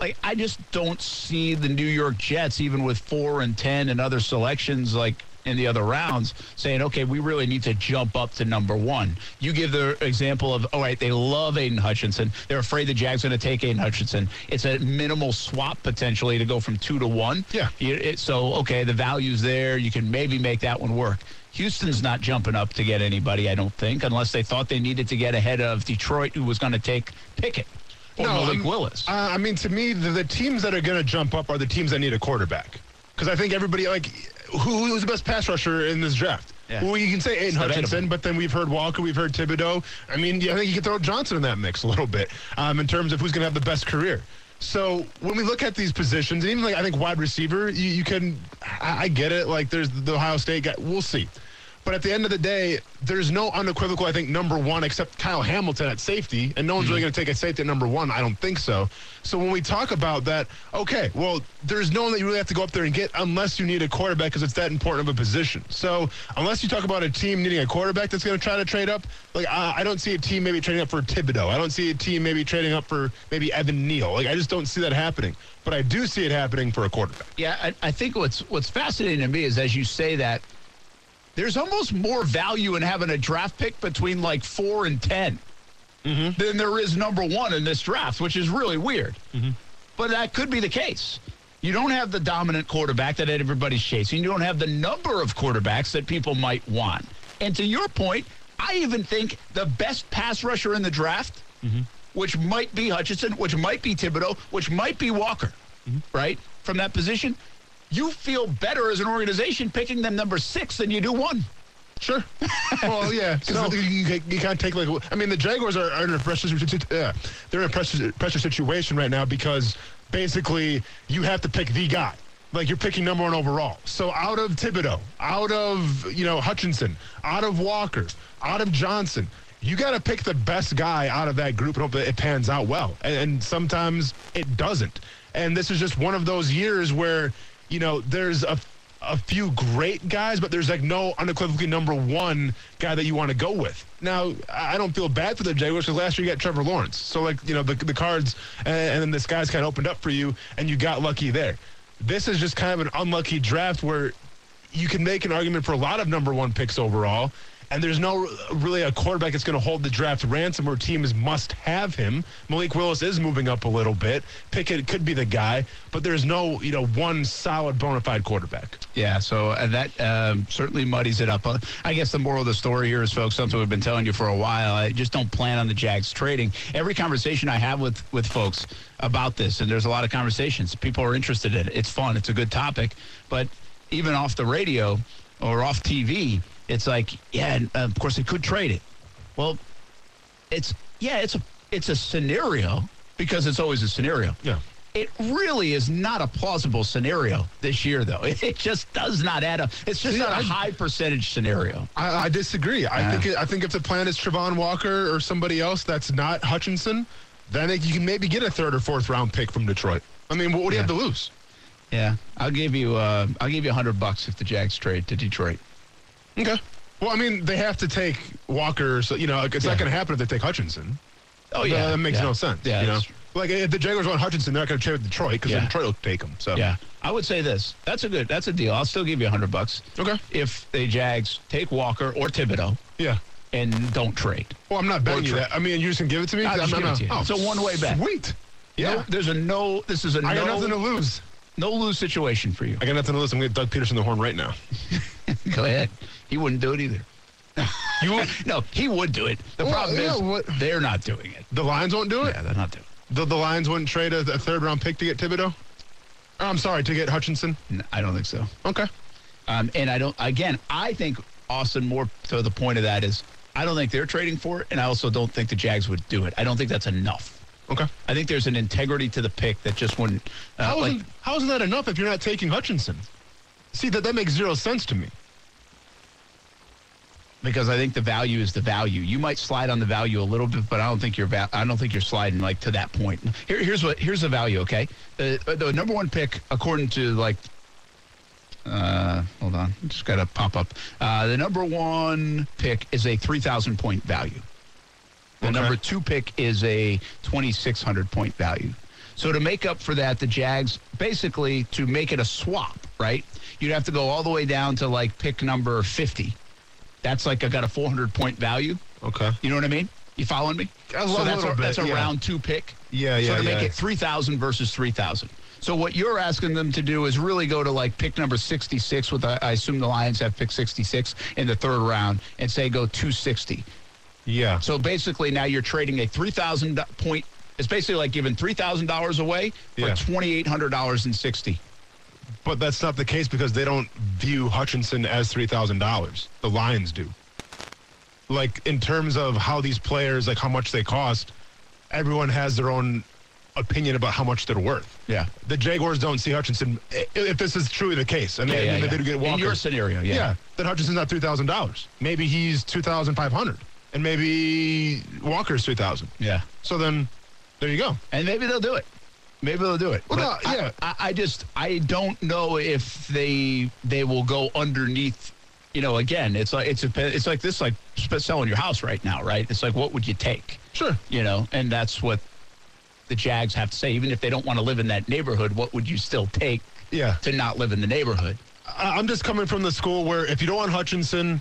C: like I just don't see the New York Jets, even with four and ten and other selections like in the other rounds, saying, okay, we really need to jump up to number one. You give the example of, all right, they love Aiden Hutchinson. They're afraid the Jags going to take Aiden Hutchinson. It's a minimal swap potentially to go from two to one.
D: Yeah.
C: You- it- so, okay, the value's there. You can maybe make that one work. Houston's not jumping up to get anybody, I don't think, unless they thought they needed to get ahead of Detroit, who was going to take Pickett or Malik
D: I'm-
C: Willis.
D: Uh, I mean, to me, the, the teams that are going to jump up are the teams that need a quarterback. Because I think everybody, like, who, who's the best pass rusher in this draft?
C: Yeah.
D: Well, you can say Aiden Hutchinson,
C: debatable.
D: but then we've heard Walker, we've heard Thibodeau. I mean, yeah, I think you could throw Johnson in that mix a little bit um, in terms of who's going to have the best career. So when we look at these positions, and even like I think wide receiver, you, you can, I, I get it. Like there's the Ohio State guy. We'll see. But at the end of the day, there's no unequivocal, I think, number one except Kyle Hamilton at safety, and no one's really going to take a safety at number one. I don't think so. So when we talk about that, okay, well, there's no one that you really have to go up there and get unless you need a quarterback because it's that important of a position. So unless you talk about a team needing a quarterback that's going to try to trade up, like I, I don't see a team maybe trading up for Thibodeau. I don't see a team maybe trading up for maybe Evan Neal. Like I just don't see that happening. But I do see it happening for a quarterback.
C: Yeah, I, I think what's what's fascinating to me is as you say that, there's almost more value in having a draft pick between like four and ten. than there is number one in this draft, which is really weird. But that could be the case. You don't have the dominant quarterback that everybody's chasing. You don't have the number of quarterbacks that people might want. And to your point, I even think the best pass rusher in the draft, which might be Hutchinson, which might be Thibodeau, which might be Walker, right? From that position, you feel better as an organization picking them number six than you do one.
D: Sure. Well, yeah. 'cause
C: So-
D: you, can- you can't take like. I mean, the Jaguars are, are in a pressure. situ- Uh, they're in a pressure, pressure situation right now because basically you have to pick the guy. Like you're picking number one overall. So out of Thibodeau, out of you know Hutchinson, out of Walker, out of Johnson, you got to pick the best guy out of that group and hope that it pans out well. And, and sometimes it doesn't. And this is just one of those years where you know there's a a few great guys, but there's like no unequivocally number one guy that you want to go with. Now, I I don't feel bad for the Jaguars because last year you got Trevor Lawrence. So, like, you know, the, the cards and, and then the skies kind of opened up for you and you got lucky there. This is just kind of an unlucky draft where you can make an argument for a lot of number one picks overall, and there's no really a quarterback that's going to hold the draft ransom where teams must have him. Malik Willis is moving up a little bit. Pickett could be the guy, but there's no, you know, one solid bona fide quarterback.
C: Yeah, so uh, that um, certainly muddies it up. Uh, I guess the moral of the story here is, folks, something we've been telling you for a while. I just don't plan on the Jags trading. Every conversation I have with with folks about this, and there's a lot of conversations. People are interested in it. It's fun. It's a good topic. But even off the radio or off TV, it's like, yeah, and, uh, of course they could trade it. Well, it's yeah, it's a it's a scenario because it's always a scenario.
D: Yeah.
C: It really is not a plausible scenario this year, though. It just does not add up. It's just
D: See,
C: not a
D: I-
C: high percentage scenario.
D: I, I disagree. I
C: Yeah.
D: think it- I think if the plan is Trevon Walker or somebody else that's not Hutchinson, then it, you can maybe get a third or fourth round pick from Detroit. I mean, what, what do you have to lose?
C: Yeah, I'll give you uh, I'll give you hundred bucks if the Jags trade to Detroit.
D: Okay. Well, I mean, they have to take Walker. So you know, like, it's
C: Yeah.
D: not going to happen if they take Hutchinson.
C: Oh
D: Uh, that makes
C: yeah.
D: no sense.
C: Yeah,
D: you know,
C: that's-
D: like if the Jaguars want Hutchinson, they're not going to trade with Detroit because
C: Yeah.
D: Detroit will take him. So
C: yeah. I would say this. That's a good. That's a deal. I'll still give you hundred bucks.
D: Okay.
C: If the Jags take Walker or Thibodeau
D: yeah.
C: and don't trade.
D: Well, I'm not betting you
C: Detroit.
D: that. I mean, you're just going to give it to me.
C: I'll just
D: I'm
C: give it
D: not-
C: to you.
D: oh,
C: It's a one-way bet.
D: Sweet. Yeah.
C: No, there's a no. This is a
D: I got
C: no.
D: nothing to lose.
C: no lose situation for you.
D: I got nothing to lose. I'm going to Doug Peterson the horn right now.
C: Go ahead. He wouldn't do it either.
D: You won't,
C: No, he would do it. The
D: Well,
C: problem
D: yeah,
C: is
D: what-
C: they're not doing it.
D: the Lions won't do it.
C: Yeah, they're not doing
D: The, the Lions wouldn't trade a, a third round pick to get Thibodeau? Oh, I'm sorry, to get Hutchinson.
C: it. No, I don't think so.
D: Okay.
C: Um, and I don't. Again, I think Austin. More to the point of that is, I don't think they're trading for it, and I also don't think the Jags would do it. I don't think that's enough.
D: Okay.
C: I think there's an integrity to the pick that just wouldn't. Uh,
D: How
C: like-
D: isn't, how isn't that enough if you're not taking Hutchinson? See, that, that makes zero sense to me.
C: because I think the value is the value. You might slide on the value a little bit, but I don't think you're va- I don't think you're sliding like to that point. Here, here's what here's the value. Okay, the the number one pick according to like, uh, hold on, just got to pop up. Uh, the number one pick is a three thousand point value. The
D: Okay.
C: number two pick is a 2,600 point value. So to make up for that, the Jags basically to make it a swap, right? You'd have to go all the way down to like pick number 50. That's like I got a 400 point value.
D: Okay.
C: You know what I mean? You following me?
D: A lo-
C: so that's
D: little
C: a,
D: bit,
C: that's a
D: yeah.
C: round two pick.
D: Yeah,
C: So
D: yeah,
C: to make
D: yeah.
C: it 3,000 versus 3,000. So what you're asking them to do is really go to like pick number 66 with uh, I I assume the Lions have pick 66 in the third round and say go 260.
D: Yeah.
C: So basically, now you're trading a three thousand point. It's basically like giving three thousand dollars away for
D: Yeah.
C: twenty eight hundred dollars and sixty.
D: But that's not the case because they don't view Hutchinson as three thousand dollars. The Lions do. Like in terms of how these players, like how much they cost, everyone has their own opinion about how much they're worth.
C: Yeah.
D: The Jaguars don't see Hutchinson. i- If this is truly the case, and
C: Yeah,
D: they,
C: yeah,
D: they,
C: yeah.
D: do get
C: In
D: Walker.
C: your scenario, yeah.
D: Then Hutchinson's not three thousand dollars. Maybe he's two thousand five hundred, and maybe Walker's three thousand.
C: Yeah.
D: So then, there you go.
C: And maybe they'll do it. Maybe they'll do it.
D: Well,
C: But
D: no,
C: I-
D: yeah.
C: I, I just I don't know if they they will go underneath. You know, again, it's like it's a, it's like this like sp- selling your house right now, right? It's like what would you take?
D: Sure.
C: You know, and that's what the Jags have to say. Even if they don't want to live in that neighborhood, what would you still take?
D: Yeah.
C: To not live in the neighborhood.
D: I- I'm just coming from the school where if you don't want Hutchinson,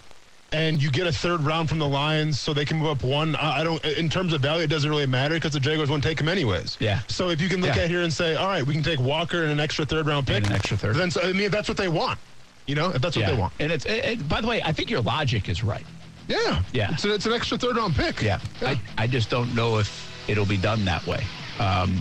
D: and you get a third round from the Lions so they can move up one, I, I don't, in terms of value, it doesn't really matter because the Jaguars won't take him anyways.
C: Yeah.
D: So if you can look
C: Yeah.
D: at here and say, all right, we can take Walker and an extra third round pick,
C: And an extra third.
D: then so, I mean, if that's what they want. You know, if that's what
C: yeah.
D: they want.
C: And it's and- and by the way, I think your logic is right.
D: Yeah.
C: Yeah.
D: It's, a, it's an extra third round pick.
C: I, I just don't know if it'll be done that way um,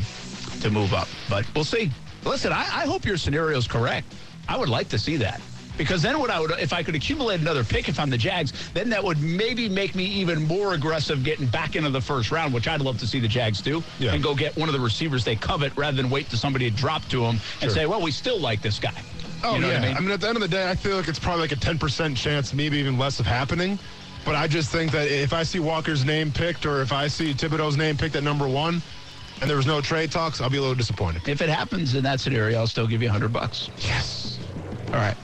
C: to move up, but we'll see. Listen, I, I hope your scenario is correct. I would like to see that because then what I would, if I could accumulate another pick if I'm the Jags, then that would maybe make me even more aggressive getting back into the first round, which I'd love to see the Jags do
D: Yeah.
C: and go get one of the receivers they covet rather than wait till somebody to drop to them and say, well, we still like this guy.
D: Oh,
C: you know
D: yeah.
C: what I mean?
D: at the end of the day, I feel like it's probably like a 10% chance, maybe even less, of happening. But I just think that if I see Walker's name picked or if I see Thibodeau's name picked at number one and there was no trade talks, I'll be a little disappointed.
C: If it happens in that scenario, I'll still give you 100 bucks. Yes. All right.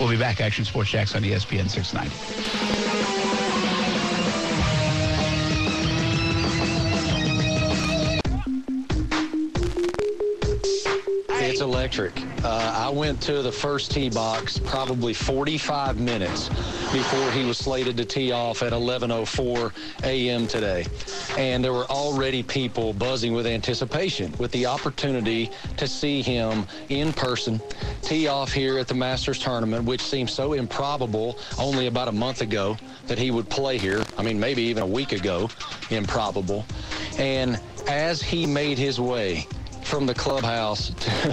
C: We'll be back. Action Sports Jacks on E ESPN 690.
G: It's electric. Uh, I went to the first tee box probably 45 minutes before he was slated to tee off at 11:04 a.m. today, and there were already people buzzing with anticipation with the opportunity to see him in person tee off here at the Masters tournament, which seems so improbable only about a month ago that he would play here. I mean, maybe even a week ago, improbable. And as he made his way from the clubhouse to,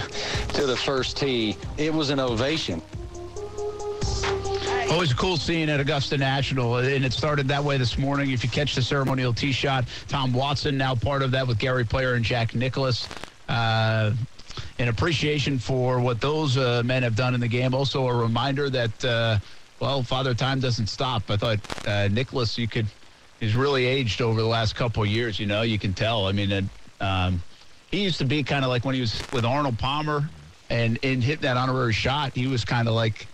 G: to the first tee, it was an ovation.
C: Always a cool scene at Augusta National, and it started that way this morning. If you catch the ceremonial tee shot, Tom Watson now part of that with Gary Player and Jack Nicholas. Uh, in appreciation for what those uh, men have done in the game, also a reminder that, uh, well, Father Time doesn't stop. I thought uh, Nicholas, you could, he's really aged over the last couple of years. You know, you can tell. I mean, uh, um, he used to be kind of like when he was with Arnold Palmer, and in hitting that honorary shot, he was kind of like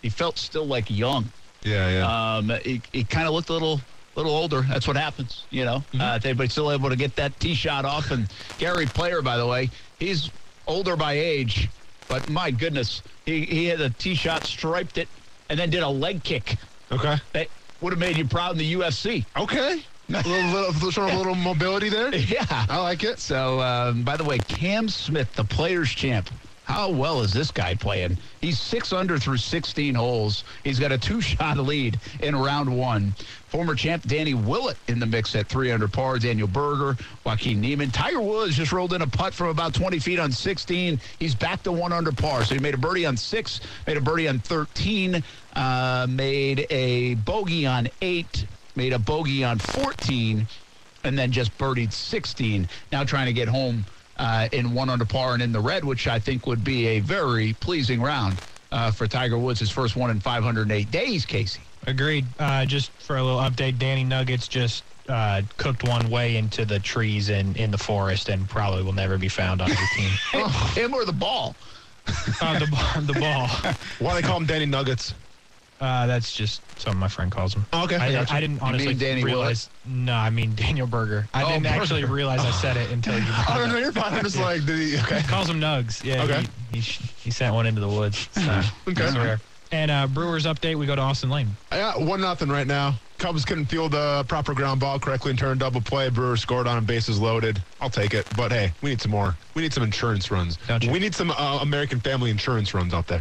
C: he felt still like young.
D: Yeah, yeah.
C: Um, he, he kind of looked a little little older. That's what happens, you know. Uh, they, but still able to get that tee shot off. And Gary Player, by the way, he's older by age, but my goodness, he, he had a tee shot, striped it, and then did a leg kick
D: okay.
C: that would have made you proud in the UFC.
D: Okay. a little, little, sort of a little mobility there.
C: Yeah.
D: I like it.
C: So, um, by the way, Cam Smith, the players' champ. How well is this guy playing? He's six under through 16 holes. He's got a two-shot lead in round one. Former champ Danny Willett in the mix at three under par. Daniel Berger, Joaquin Neiman, Tiger Woods just rolled in a putt from about 20 feet on 16. He's back to one under par. So he made a birdie on six, made a birdie on 13, uh, made a bogey on eight, made a bogey on 14 and then just birdied 16. Now trying to get home uh, in one under par and in the red, which I think would be a very pleasing round uh, for Tiger Woods, his first one in 508 days, Casey.
E: Agreed. Uh, just for a little update, Danny Nuggets just uh, cooked one way into the trees and in the forest, and probably will never be found on your team.
C: Him or the ball?
E: uh, the, b- the ball.
D: Why they call him Danny Nuggets?
E: Uh, that's just something my friend calls him.
D: Okay.
E: I,
D: Gotcha.
E: I didn't honestly
C: mean Danny
E: realize. No, I mean Daniel Berger. I
C: Oh,
E: didn't actually
C: Berger.
E: realize I said it until you.
D: I
E: brought
D: don't
E: it
D: know.
E: up.
D: You're fine. I'm just like, did he, okay.
E: Calls him Nugs. Yeah.
D: Okay.
E: He, he, sh- he sent one into the woods. So it's rare. And uh, Brewers update. We go to Austin Lane.
D: I got one nothing right now. Cubs couldn't field the proper ground ball correctly and turn double play. Brewer scored on him, bases loaded. I'll take it. But hey, we need some more. We need some insurance runs.
E: Don't you?
D: We need some uh, American family insurance runs out there.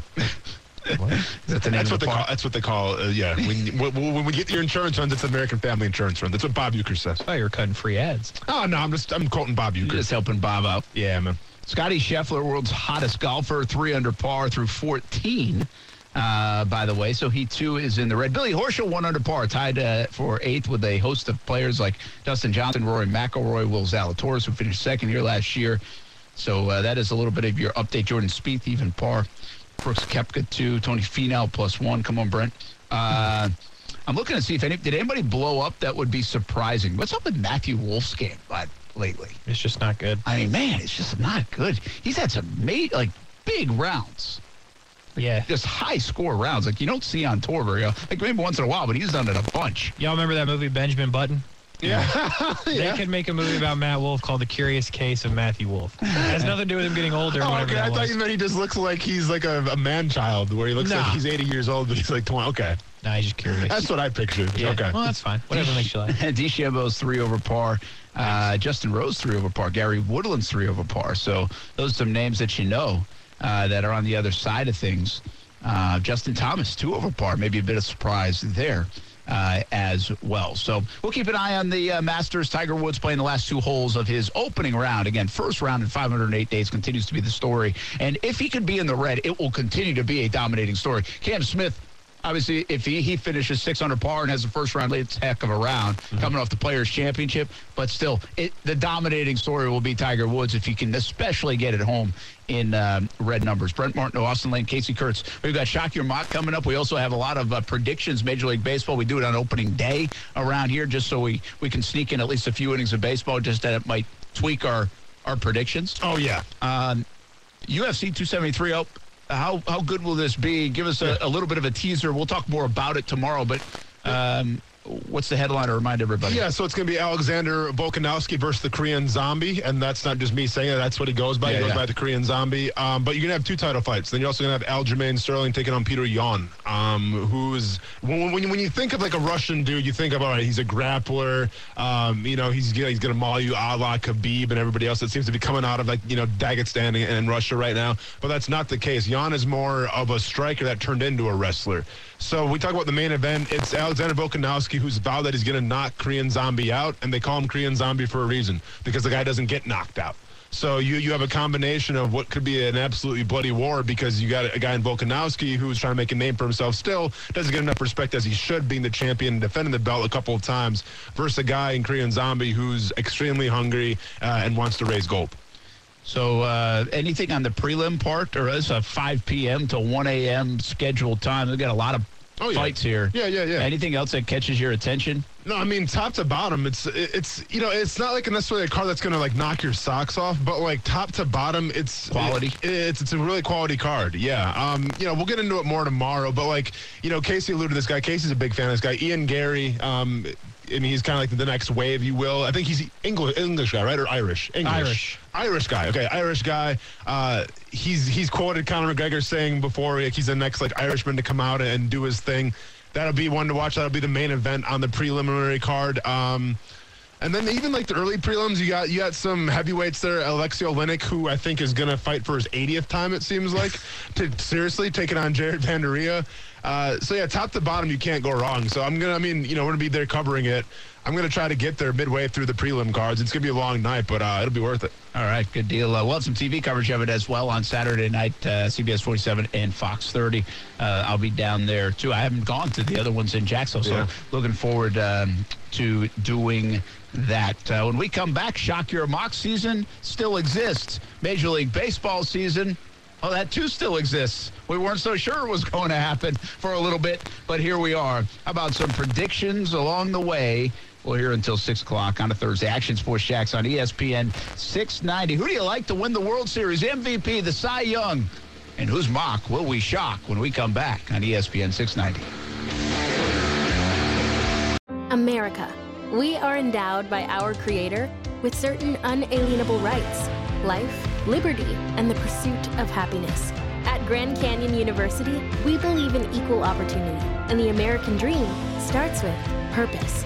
C: Is that the name
D: That's
C: of
D: what
C: the
D: they
C: park?
D: call. That's what they call. Uh, yeah, when, when, when we get your insurance runs, it's American family insurance run. That's what Bob Euchre says.
E: Oh, you're cutting free ads.
D: Oh no, I'm just I'm quoting Bob Euchre.
C: Just helping Bob out.
D: Yeah, man.
C: Scotty Scheffler, world's hottest golfer, three under par through 14, uh, by the way. So he too is in the red. Billy Horschel, one under par, tied uh, for eighth with a host of players like Dustin Johnson, Rory McIlroy, Will Zalatoris, who finished second here last year. So uh, that is a little bit of your update. Jordan Spieth, even par. Brooks Kepka, two. Tony Finau, plus one. Come on, Brent. Uh, I'm looking to see if any did anybody blow up that would be surprising. What's up with Matthew Wolfskin but lately?
E: It's just not good.
C: I mean, man, it's just not good. He's had some ma- like big rounds,
E: Yeah.
C: just high score rounds. Like you don't see on tour very like maybe once in a while, but he's done it a bunch.
E: Y'all remember that movie Benjamin Button?
D: Yeah.
E: They could make a movie about Matt Wolf called The Curious Case of Matthew Wolf. It has nothing to do with him getting older. or
D: Oh,
E: whatever
D: okay.
E: that
D: I thought
E: was.
D: you meant he just looks like he's like a, a man child, where he looks
E: Nah.
D: like he's 80 years old, but he's like 20. Okay.
E: Nah, he's just curious.
D: That's what I pictured.
E: Yeah.
D: Okay.
E: Well, that's fine. Whatever makes you laugh.
B: DeChambeau's three over par. Uh, Justin Rose three over par. Gary Woodland's three over par. So those are some names that you know uh, that are on the other side of things. Uh, Justin Thomas two over par. Maybe a bit of surprise there uh, as well. So we'll keep an eye on the uh, Masters. Tiger Woods playing the last two holes of his opening round. Again, first round in 508 days continues to be the story. And if he could be in the red, it will continue to be a dominating story. Cam Smith Obviously, if he, he finishes six under par and has the first round, it's a heck of a round
D: Mm-hmm.
B: coming off the Players Championship. But still, it, the dominating story will be Tiger Woods if he can, especially get it home in um, red numbers. Brent Martin, Austin Lane, Casey Kurtz. We've got Shock Your Mock coming up. We also have a lot of uh, predictions. Major League Baseball. We do it on opening day around here, just so we we can sneak in at least a few innings of baseball, just that it might tweak our our predictions. Um,
D: Oh yeah.
B: UFC 273. Oh, how how good will this be? Give us a, a little bit of a teaser. We'll talk more about it tomorrow. But um, what's the headline? To remind everybody.
D: Yeah, so it's going to be Alexander Volkanovski versus the Korean Zombie, and that's not just me saying it. That's what he goes by.
B: Yeah,
D: he goes
B: yeah.
D: by the Korean Zombie. Um, but you're going to have two title fights. Then you're also going to have Aljamain Sterling taking on Peter Yan, um, who's when, when, you- when you think of like a Russian dude, you think of all right, he's a grappler. Um, you know, he's gonna- he's going to maul you, a la Khabib and everybody else that seems to be coming out of like you know Dagestan and, and Russia right now. But that's not the case. Yan is more of a striker that turned into a wrestler. So we talk about the main event. It's Alexander Volkanovski who's vowed that he's going to knock Korean Zombie out, and they call him Korean Zombie for a reason because the guy doesn't get knocked out. So you you have a combination of what could be an absolutely bloody war because you got a guy in Volkanovski who's trying to make a name for himself still doesn't get enough respect as he should being the champion defending the belt a couple of times versus a guy in Korean Zombie who's extremely hungry uh, and wants to raise gold.
B: So uh, anything on the prelim part, or is a 5 p.m. to 1 a.m. scheduled time? We've got a lot of
D: Oh, yeah.
B: fights here.
D: Yeah, yeah, yeah.
B: Anything else that catches your attention?
D: No, I mean top to bottom, it's it's you know it's not like necessarily a car that's gonna like knock your socks off, but like top to bottom, it's
B: Quality.
D: it- it's it's a really quality card, yeah. Um, you know we'll get into it more tomorrow, but like you know Casey alluded to this guy. Casey's a big fan of this guy, Ian Gary. Um, I mean he's kind of like the next wave, you will. I think he's English English guy, right, or Irish? English.
E: Irish.
D: Irish guy. Okay, Irish guy. Uh, he's he's quoted Conor McGregor saying before like, he's the next like Irishman to come out and do his thing. That'll be one to watch. That'll be the main event on the preliminary card. Um, and then even like the early prelims, you got you got some heavyweights there. Alexio Linick, who I think is gonna fight for his 80th time, it seems like, to seriously taking on Jared Vanderia. Uh, so yeah, top to bottom, you can't go wrong. So I'm gonna, I mean, you know, we're gonna be there covering it. I'm gonna try to get there midway through the prelim cards. It's gonna be a long night, but uh, it'll be worth it.
B: All right, good deal. Uh, we'll have some TV coverage of it as well on Saturday night, uh, CBS 47 and Fox 30. Uh, I'll be down there too. I haven't gone to the other ones in Jacksonville, so
D: Yeah.
B: looking forward um, to doing that. Uh, when we come back, shock your mock season still exists. Major League Baseball season. Oh, that too still exists. We weren't so sure it was going to happen for a little bit, but here we are. How about some predictions along the way? We're here until 6 o'clock on a Thursday. Action Sports Shacks on E ESPN 690. Who do you like to win the World Series? MVP, the Cy Young. And whose mock will we shock when we come back on E ESPN 690?
H: America. We are endowed by our Creator with certain unalienable rights life, liberty, and the pursuit of happiness. At Grand Canyon University, we believe in equal opportunity, and the American dream starts with purpose.